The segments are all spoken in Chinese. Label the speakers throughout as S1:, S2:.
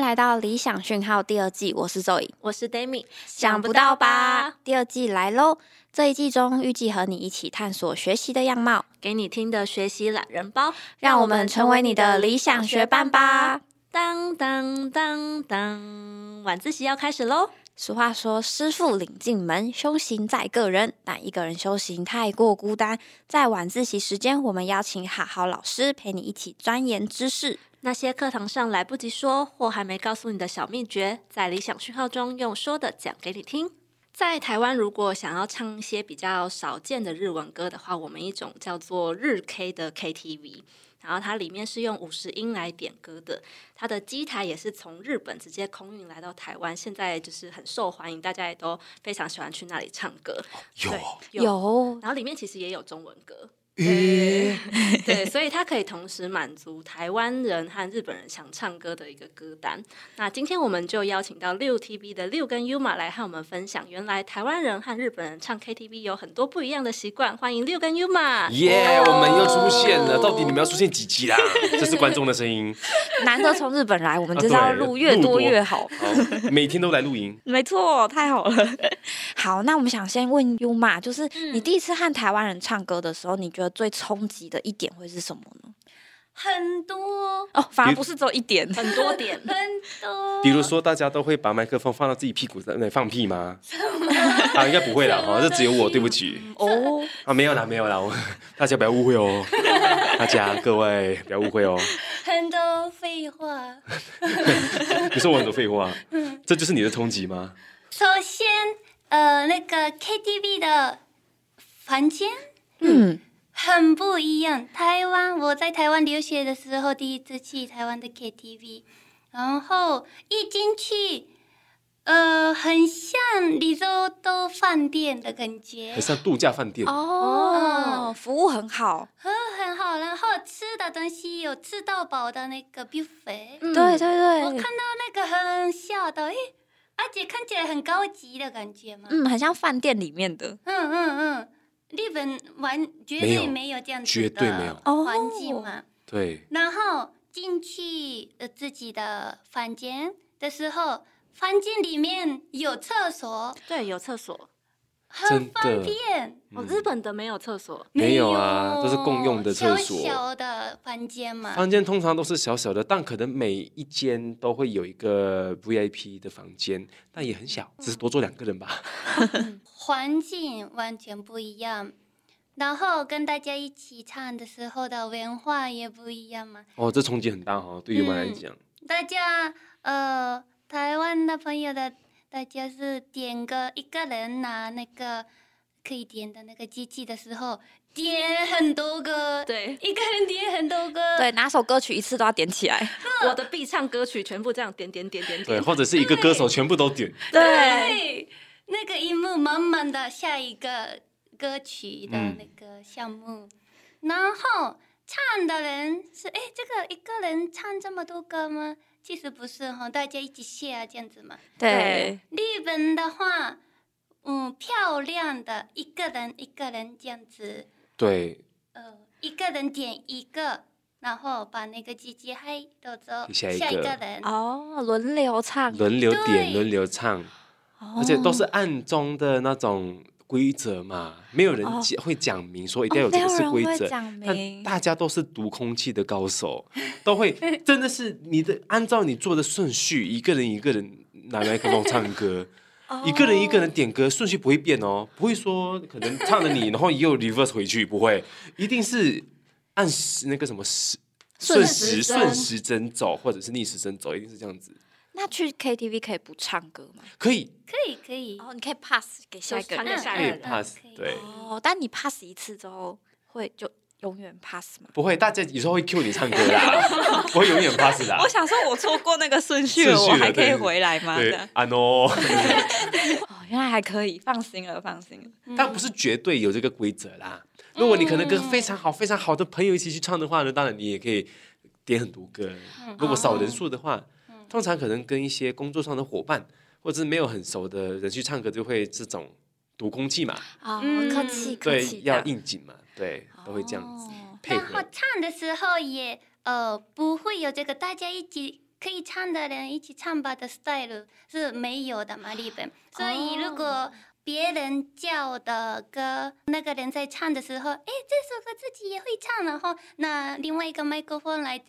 S1: 来到《理想讯号》第二季，我是 Zoe。
S2: 我是 Demi，
S1: 想不到吧？？第二季来喽！这一季中预计和你一起探索学习的样貌，
S2: 给你听的学习懒人包，
S1: 让我们成为你的理想学伴吧。！
S2: 当当当当，晚自习要开始喽！
S1: 俗话说：“师傅领进门，修行在个人。”但一个人修行太过孤单，在晚自习时间，我们邀请好好老师陪你一起钻研知识。
S2: 那些课堂上来不及说或还没告诉你的小秘诀，在理想讯号中用说的讲给你听。在台湾，如果想要唱一些比较少见的日文歌的话，我们一种叫做日 K 的 KTV，然后它里面是用五十音来点歌的。它的机台也是从日本直接空运来到台湾，现在就是很受欢迎，大家也都非常喜欢去那里唱歌。
S3: 有
S2: 对
S1: 有
S2: 然后里面其实也有中文歌，
S3: 诶，
S2: 对， 所以它可以同时满足台湾人和日本人想唱歌的一个歌单。那今天我们就邀请到六 TB 的六跟 Yuma 来和我们分享，原来台湾人和日本人唱 KTV 有很多不一样的习惯。欢迎六跟 Yuma。
S3: 耶，我们又出现了，到底你们要出现几集啦？这是观众的声音，
S1: 难得从日本来，我们
S3: 啊
S1: 就是要
S3: 对
S1: 录越
S3: 录
S1: 多
S3: 多
S1: 越好。
S3: 好，每天都来录音。
S1: 没错，太好了。 嗯好，那我们想先问 U 嘛，就是你第一次和台湾人唱歌的时候，你觉得最冲击的一点会是什么呢？
S4: 很多
S1: 哦，反而
S3: 比
S1: 不是只有一点，
S2: 很 哦多点，
S4: 很多，
S3: 比如说，大家都会把麦克风放到自己屁股上来放屁吗？啊，应该不会啦，哈，这只有我，对不起。
S1: 哦，
S3: 啊，没有啦，没有啦，我 大家不要误会哦，大家各位不要误会哦。
S4: 很多废话。
S3: 你说我很多废话，这就是你的冲击吗？
S4: 首先，呃，那个 KTV 的房间
S1: 嗯，
S4: 很不一样。台湾，我在台湾留学的时候，第一次去台湾的 KTV，然后一进去，呃，很像 risotto 饭店的感觉
S3: 很，像度假饭店，
S1: 哦，服务很好，
S4: 很哦很好。然后吃的东西有吃到饱的那个 buffet，、
S1: 对对
S4: 我
S1: 对，
S4: 看到那个很吓到，诶，而且看起来很高级的感觉嘛。
S1: 嗯，很像饭店里面的
S4: 嗯嗯嗯，日本完绝
S3: 没有
S4: 对没有这样子
S3: 绝对没有
S1: 哦
S4: 环境嘛。
S3: 对，
S4: 然后进去呃自己的房间的时候，房间里面有厕所，
S2: 对，有厕所。
S4: 很
S3: 真
S4: 方
S3: 的
S4: 便。
S3: 嗯
S2: 哦，日本的没有厕所，
S3: 没有啊都是共用的厕所
S4: 小小的房间嘛。
S3: 房间通常都是小小的，但可能每一间都会有一个 VIP 的房间，但也很小，只是多坐两个人吧。
S4: 环境完全不一样，然后跟大家一起唱的时候的文化也不一样嘛。
S3: 哦，这冲击很大哦，对于我们来
S4: 嗯
S3: 讲，
S4: 大家呃，台湾的朋友的，大家是点个一个人拿那个可以点的那个机器的时候，点很多个，，
S2: 对，
S4: 一个人点很多个，
S1: 对，哪首歌曲一次都要点起来，
S2: 我的必唱歌曲全部这样点点点点
S3: 对，
S2: 点，
S3: 或者是一个歌手全部都点，
S1: 对，
S4: 对，那个荧幕满满的下一个歌曲的那个项目，然后唱的人是哎，这个一个人唱这么多歌吗？其实不是哈，大家一起 share 这样子嘛。
S1: 对，
S4: 日本的话，嗯，漂亮的一个人一个人这样子，
S3: 对，
S4: 呃，一个人点一个，然后把那个姐姐嗨豆走
S3: 下一个
S4: 人，
S1: 哦，轮流唱，
S3: 轮流点，
S4: 对
S3: 轮流唱，
S1: 哦
S3: 而且都是暗中的那种规则嘛，没有人
S1: 哦
S3: 讲会讲明说一
S1: 哦
S3: 定要有这个是
S1: 没
S3: 规
S1: 有人会
S3: 则，
S1: 讲明
S3: 但大家都是读空气的高手，都会真的是你的按照你做的顺序，一个人一个人拿麦克风唱歌。一个人一个人点歌顺序不会变哦，不会说可能唱了你，然后也有 reverse 回去，不会，一定是按时那个什么时
S1: 顺
S3: 顺
S1: 时
S3: 时
S1: 针
S3: 顺时针走，或者是逆时针走，一定是这样子。
S1: 那去 KTV 可以不唱歌吗？
S3: 可以
S4: 可以可以，
S1: 哦，你可以 pass 给下一个
S2: 就传给
S1: 人
S4: 嗯
S2: 下一
S3: 可
S2: 个
S3: 以
S2: 人
S4: 嗯
S3: pass，
S4: 可以
S3: 对，
S1: 哦，但你 pass 一次之后会就永远 pass 吗？
S3: 不会，大家有时候会 cue 你唱歌啦，不会永远 pass 啦
S1: 我。想说，我错过那个顺序了，
S3: 啊顺序
S1: 我
S3: 了
S1: 还可以
S3: 对
S1: 回来吗？
S3: 对
S1: 这样
S3: 啊 no，
S1: 哦，原来还可以，放心了，放心了。
S3: 但不是绝对有这个规则啦。如果你可能跟非常好、非常好的朋友一起去唱的话呢，当然你也可以点很多歌。如果少人数的话，通常可能跟一些工作上的伙伴，或者是没有很熟的人去唱歌，就会这种读空气嘛，
S1: 哦，
S4: 嗯
S1: 客气客
S3: 对
S1: 气，，
S3: 要应景嘛，对，都会这样子
S1: 哦
S3: 配
S4: 然后
S3: 合。
S4: 唱的时候也呃不会有这个大家一起可以唱的人一起唱吧的 style 是没有的嘛，日本。所以如果别人叫的歌，那个人在唱的时候，哎，这首歌自己也会唱，然后那另外一个麦克风来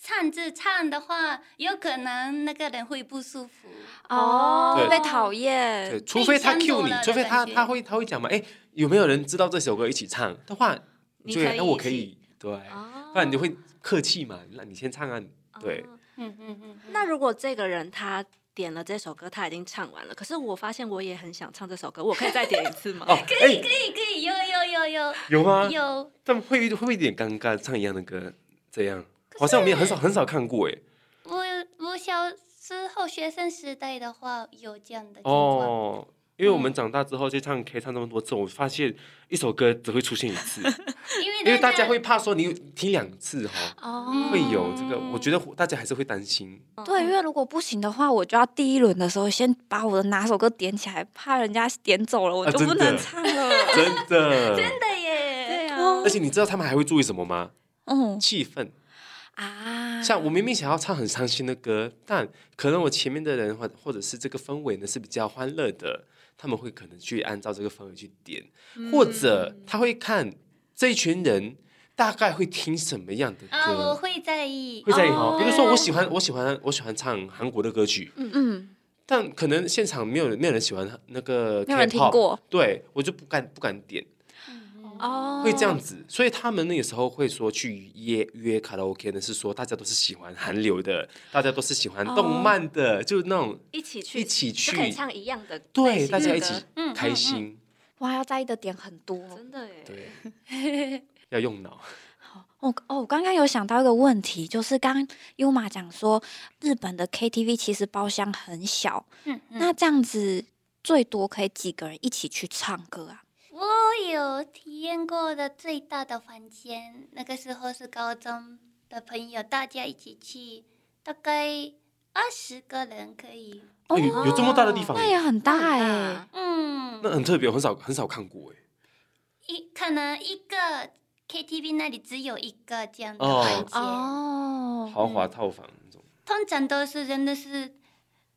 S4: 擅自唱的话，有可能那个人会不舒服。
S1: 哦，
S3: 对
S1: 被讨厌
S3: 对，，除非他
S4: 被相
S3: cue
S4: 中
S3: 你
S4: 了，
S3: 除非
S4: 的
S3: 他
S4: 感觉
S3: 他会他会讲嘛，哎，有没有人知道这首歌一起唱的话，
S2: 你
S3: 就会
S2: 可以
S3: 那我
S2: 一
S3: 可
S2: 起
S3: 以，对，
S2: 哦
S3: 不然你就会客气嘛，那你先唱啊，对，
S2: 哦
S4: 嗯嗯嗯。嗯
S2: 那如果这个人他点了这首歌，他已经唱完了，可是我发现我也很想唱这首歌，我可以再点一次吗？
S3: 哦，哎，
S4: 可以可以，有有有有
S3: 有吗？
S4: 有，
S3: 但会会不会有点尴尬，唱一样的歌，这样好像我们也很少很少看过哎，
S4: 我我小时候学生时代的话有这样的情况。
S3: 哦。因为我们长大之后就唱 K 唱那么多次，我发现一首歌只会出现一 次，
S4: 因为
S3: 因为大家会怕说你听两次哈，
S2: 哦
S3: 会有这个，我觉得大家还是会担心。
S1: 对，因为如果不行的话，我就要第一轮的时候先把我的哪首歌点起来，怕人家点走了，我
S3: 啊
S1: 就
S3: 真
S1: 不
S3: 的
S1: 能唱了。
S3: 真的，
S4: 真的耶，
S2: 对啊，
S1: 哦
S3: 而且你知道他们还会注意什么吗？
S1: 嗯
S3: 气氛。
S1: 啊，
S3: 像我明明想要唱很伤心的歌，但可能我前面的人或或者是这个氛围呢是比较欢乐的，他们会可能去按照这个氛围去点，
S1: 嗯
S3: 或者他会看这一群人大概会听什么样的
S4: 啊，我
S1: 哦
S3: 歌，
S4: 会在意
S3: 会。在意哈。
S2: 哦
S3: 比如说我喜欢我喜欢我喜欢唱韩国的歌曲，
S1: 嗯，
S3: 但可能现场没有人没有人喜欢那个 K-pop，
S1: 没有人听过，
S3: 对我就不敢不敢点。
S2: 哦
S3: 会这样子，所以他们那个时候会说去约约卡拉 OK 呢，是说大家都是喜欢韩流的，大家都是喜欢动漫的，就那种
S2: 一起哦去，
S3: 一起
S2: 就可以
S3: 去，
S2: 唱一样的类
S3: 对，
S2: 型
S3: 大
S2: 的
S3: 家
S2: 嗯
S3: 一
S2: 歌
S3: 起
S4: 嗯
S3: 开心，
S1: 哇，要在意的点很多。
S3: 哦
S2: 真的耶，
S3: 对， 要用脑，
S1: 哦哦，我刚刚有想到一个问题，就是刚刚 Yuma 讲说，日本的 KTV 其实包厢很小，
S4: 嗯嗯
S1: 那这样子最多可以几个人一起去唱歌啊？
S4: 我有体验过的最大的房间，那个时候是高中的朋友，大家一起去，大概二十个人可以。
S1: 哦
S3: 哎有有这么大的地方
S1: 那，也很大哎、
S2: 啊，
S4: 嗯
S3: 那，很特别，我很少很少看过哎，
S4: 一可能一个 KTV 那里只有一个这样的
S3: 哦
S4: 环节，
S1: 哦，
S3: 豪
S2: 嗯
S3: 华套房那种，
S4: 通常都是真的是，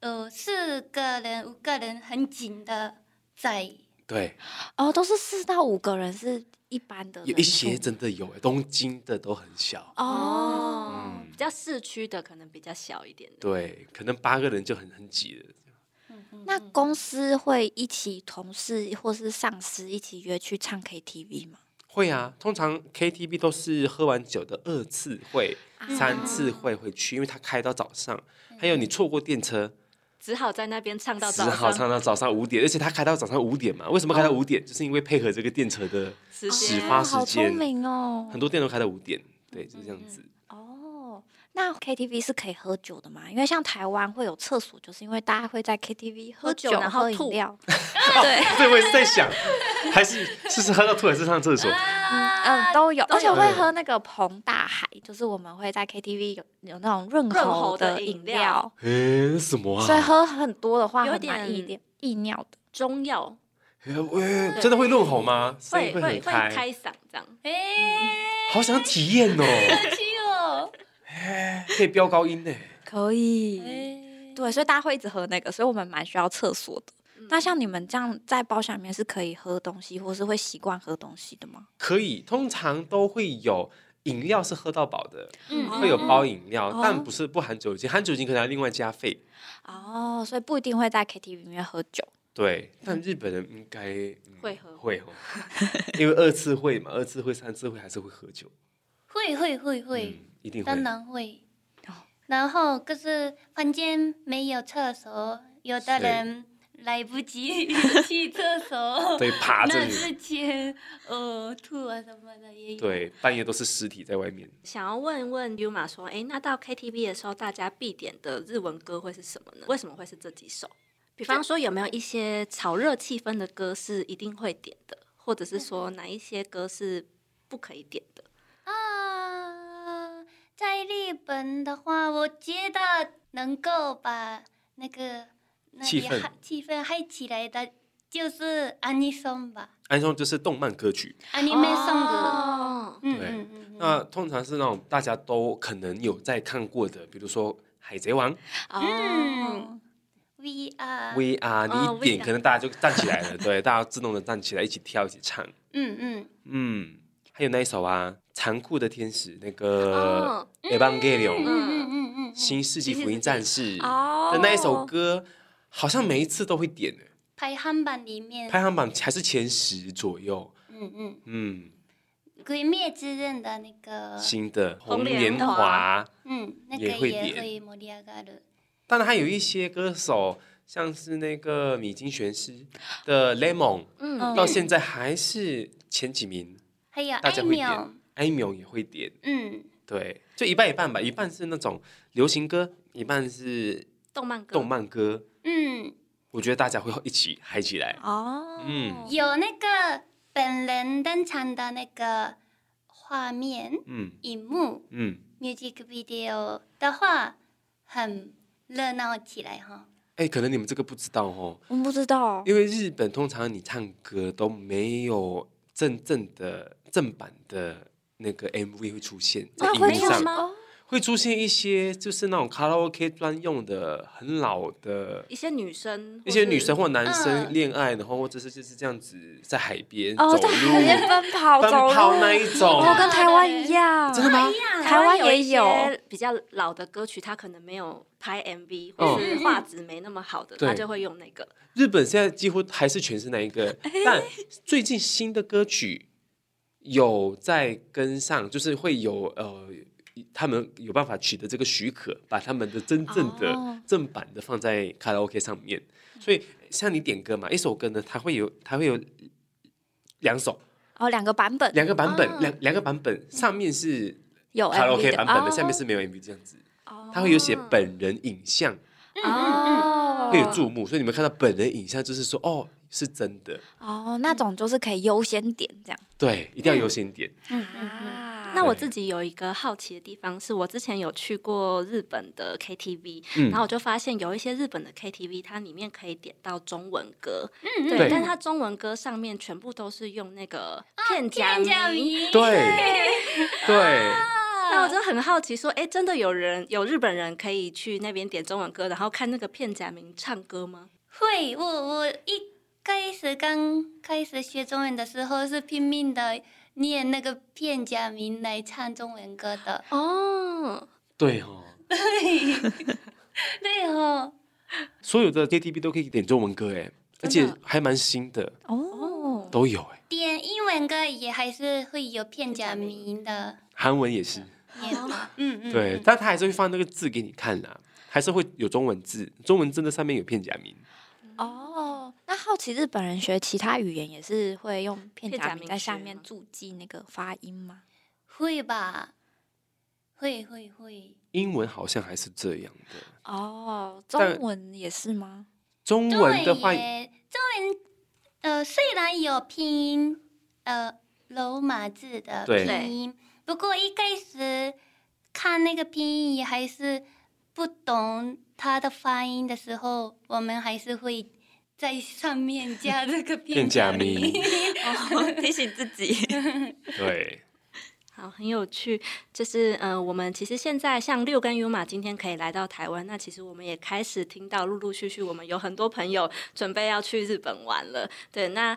S4: 呃，四个人五个人很紧的在。
S3: 对，
S1: 哦，都是四到五个人是一般的人数，
S3: 有一些真的有哎，东京的都很小，
S1: 哦。
S2: 哦，比较市区的可能比较小一点的，
S3: 对，可能八个人就很很挤了。
S1: 那公司会一起同事或是上司一起约去唱 KTV 吗？
S3: 会啊，通常 KTV 都是喝完酒的二次会、三次会会去，因为它开到早上。还有你错过电车，
S2: 只好在那边唱到
S3: 只
S2: 早
S3: 好
S2: 上
S3: 唱到早上五点，而且它开到早上五点嘛。为什么开到五点？就是因为配合这个电车的，
S2: 时
S3: 始
S2: 间
S3: 发
S1: 哦好
S3: 时间
S1: 聪明哦，
S3: 很多店都开到五点，对，就是这样子。
S1: 哦，那 KTV 是可以喝酒的嘛？因为像台湾会有厕所，就是因为大家会在 KTV 喝
S2: 喝
S1: 酒、
S2: 酒
S1: 喝
S2: 然后
S1: 饮
S2: 吐
S1: 料。
S3: 对，我也是在想，还是是是喝到吐还是上厕所？
S1: 嗯，都有，而且
S2: 有
S1: 会喝那个彭大海，就是我们会在 KTV 有有那种润
S2: 润
S1: 喉
S2: 喉的
S1: 的
S2: 饮
S1: 饮
S2: 料
S1: 料，
S3: 诶、什么
S1: 所以
S3: 啊？
S1: 喝很多的话
S2: 有
S1: 很蛮
S2: 点
S1: 易点易尿的。
S2: 中药
S3: 诶喂真的会润喉吗？声音
S2: 会
S3: 很
S2: 会
S3: 开，嗯
S2: 开嗓这样，
S4: 哎、
S3: 好想体验哦，
S4: 好去哦！
S3: 可以飙高音呢。
S1: 可以对，所以大家会一直喝那个，所以我们蛮需要厕所的。那像你们这样在包厢里面是可以喝东西，或是会习惯喝东西的吗？
S3: 可以，通常都会有饮料是喝到饱的，
S4: 嗯
S3: 会有包饮料，
S1: 哦
S3: 但不是不含酒精，含酒精可能要另外加费。
S1: 哦，所以不一定会在 KTV 里面喝酒。
S3: 对，但日本人应该、嗯
S2: 会喝
S3: 会哦，因为二次会嘛，二次会、三次会还是会喝酒，
S4: 会会会会，
S3: 嗯、一定会
S4: 当。然会。然后就是房间没有厕所，有的人来不及去 厕所，
S3: 对，趴着
S4: 那
S3: 你，
S4: 之前呃吐啊什么的也有。
S3: 对，半夜都是尸体在外面。
S2: 想要问问 Yuma 说，诶，那到 KTV 的时候，大家必点的日文歌会是什么呢？为什么会是这几首？比方说，有没有一些炒热气氛的歌是一定会点的，或者是
S1: 嗯
S2: 说哪一些歌是不可以点的？
S4: 啊，在日本的话，我觉得能够把那个那
S3: 气
S4: 里
S3: 氛
S4: 嗨气氛嗨起来的，就是安妮松吧，
S3: 安松就是动漫歌曲，
S4: 安妮妹松的。
S2: 哦
S4: 嗯
S3: 啊对哦
S4: 嗯嗯嗯，
S3: 那通常是那种大家都可能有在看过的，比如说《海贼王》
S4: 嗯
S1: 嗯
S2: 哦，
S4: ，V R，
S3: VR，
S2: 哦
S3: 你一点
S2: VR
S3: 可能大家就站起来了，对，大家自动的站起来，一起跳，一起唱。
S4: 嗯嗯，
S3: 嗯，还有那一首啊，《残酷的天使》那个
S2: 哦
S3: 《Evangelion
S4: 嗯》嗯嗯嗯嗯，
S3: 嗯新世纪福音战士的
S2: 哦
S3: 那一首歌，好像每一次都会点欸
S4: 排行榜里面，
S3: 排行榜还是前十左右。
S4: 嗯嗯，
S3: 嗯，
S4: 鬼灭之刃的那个，
S3: 新的《
S2: 红
S3: 红
S2: 莲
S3: 莲
S2: 华
S3: 华》，
S4: 嗯，那个
S3: 也会
S4: 也
S3: 点
S4: 会摩利亚嘎的，
S3: 当然还有一些歌手，像是那个米津玄师的《Lemon》，
S2: 嗯，
S3: 到现在还是前几名，
S4: 还有
S3: 大
S4: 艾
S3: 家会
S4: 米
S3: 点
S4: 尔，，
S3: 艾米也会点。
S4: 嗯，
S3: 对，就一半一半吧，一半是那种流行歌，一半是
S2: 动漫歌，
S3: 动漫歌。
S4: 嗯，
S3: 我觉得大家会一起嗨起来。
S1: 哦，
S3: 嗯
S4: 有那个本人登场的那个画面，
S3: 嗯
S4: 荧幕
S3: 嗯，
S4: music video 的话，很热闹起来哈。
S3: 哎、可能你们这个不知道哦，
S1: 我不知道，
S3: 因为日本通常你唱歌都没有真正的正版的那个 MV 会出现在
S1: 那
S3: 荧
S1: 啊会
S3: 幕
S1: 出
S3: 上，
S1: 吗？
S3: 会出现一些就是那种卡拉 OK 专用的很老的
S2: 一些女生，
S3: 一些女生或男生
S4: 嗯
S3: 恋爱，然后或者是就是这样子在海边走
S1: 哦，
S3: 路、
S1: 在海边 奔跑，
S3: 奔
S1: 走
S3: 跑
S1: 路，
S3: 那一种，
S1: 哦，跟台湾一样，
S3: 真的吗？
S1: 台湾
S2: 有
S1: 也
S2: 一些比较老的歌曲，它可能没有拍 MV，或是画质没那么好的，
S3: 嗯对
S2: 它就会用那个。
S3: 日本现在几乎还是全是那一个，
S1: 哎
S3: 但最近新的歌曲有在跟上，就是会有呃，他们有办法取得这个许可，把他们的真正的、
S1: 哦
S3: 正版的放在卡拉 OK 上面。所以像你点歌嘛，一首歌呢，它会有它会有两首、
S1: 哦，两个版本
S3: 两个版本、
S2: 哦
S3: 两两个版本，上面是
S1: 有
S3: 卡拉
S1: MV
S3: OK 版本的，
S1: 哦
S3: 下面是没有 MV 这样子。
S2: 哦
S3: 它会有写本人影像，
S1: 嗯哦，
S3: 会有注目，所以你们看到本人影像，就是说哦，是真的。
S1: 哦，那种就是可以优先点这样
S3: 对，一定要优先点。
S1: 啊
S2: 那我自己有一个好奇的地方，是我之前有去过日本的 KTV，、然后我就发现有一些日本的 KTV，它里面可以点到中文歌，对，
S3: 对
S2: 但它中文歌上面全部都是用那个片假
S4: 哦片假
S2: 名。
S4: 名，
S3: 对对，
S2: 那我就很好奇，说，哎，真的有人有日本人可以去那边点中文歌，然后看那个片假名唱歌吗？
S4: 会，我我一开始刚开始学中文的时候是拼命的念那个片假名来唱中文歌的，
S2: 哦，
S3: 对哦，
S4: 对哦，
S3: 所有的 KTV 都可以点中文歌哎，而
S2: 真
S3: 且
S2: 的
S3: 还蛮新的，
S1: 哦，
S3: 都有哎，
S4: 点英文歌也还是会有片假名的
S3: 韩文也是，
S4: 念法，嗯嗯，
S3: 对，但他还是会放那个字给你看啦，还是会有中文字，中文字的上面有片假名，
S1: 哦，那好奇日本人学其他语言也是会用片
S2: 片假
S1: 假
S2: 名
S1: 名在下
S2: 学吗
S1: 面注记那个发音吗？
S4: 会吧，会会会，
S3: 英文好像还是这样的，
S1: 哦，
S3: 但
S1: 中文也是吗？
S3: 中
S4: 中
S3: 文
S4: 文
S3: 的话，
S4: 也中文，呃，虽然有拼音，呃，罗马字的
S3: 对
S4: 拼音，不过一开始看那个拼音也还是不懂它的发音的时候，我们还是会在上面加 这个
S3: 片假名，
S1: 提醒自己。
S3: 对，
S2: 好，很有趣。就是呃，我们其实现在像六跟 Yuma 今天可以来到台湾，那其实我们也开始听到陆陆续续，我们有很多朋友准备要去日本玩了。对，那。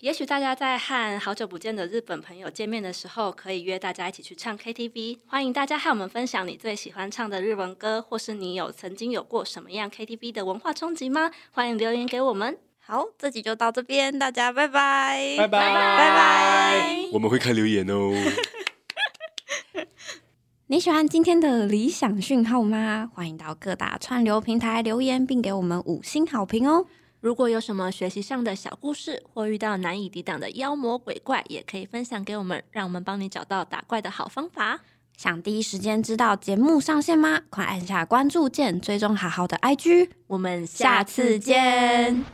S2: 也许大家在和好久不见的日本朋友见面的时候，可以约大家一起去唱 KTV。欢迎大家和我们分享你最喜欢唱的日文歌，或是你有曾经有过什么样 KTV 的文化冲击吗？欢迎留言给我们。
S1: 好，这集就到这边，大家拜拜，
S3: 拜拜
S1: 拜拜。
S3: 我们会看留言哦。
S1: 你喜欢今天的理想讯号吗？欢迎到各大串流平台留言，并给我们五星好评哦。
S2: 如果有什么学习上的小故事，或遇到难以抵挡的妖魔鬼怪，也可以分享给我们，让我们帮你找到打怪的好方法。
S1: 想第一时间知道节目上线吗？快按下关注键，追踪好好的 IG。
S2: 我们
S1: 下次见。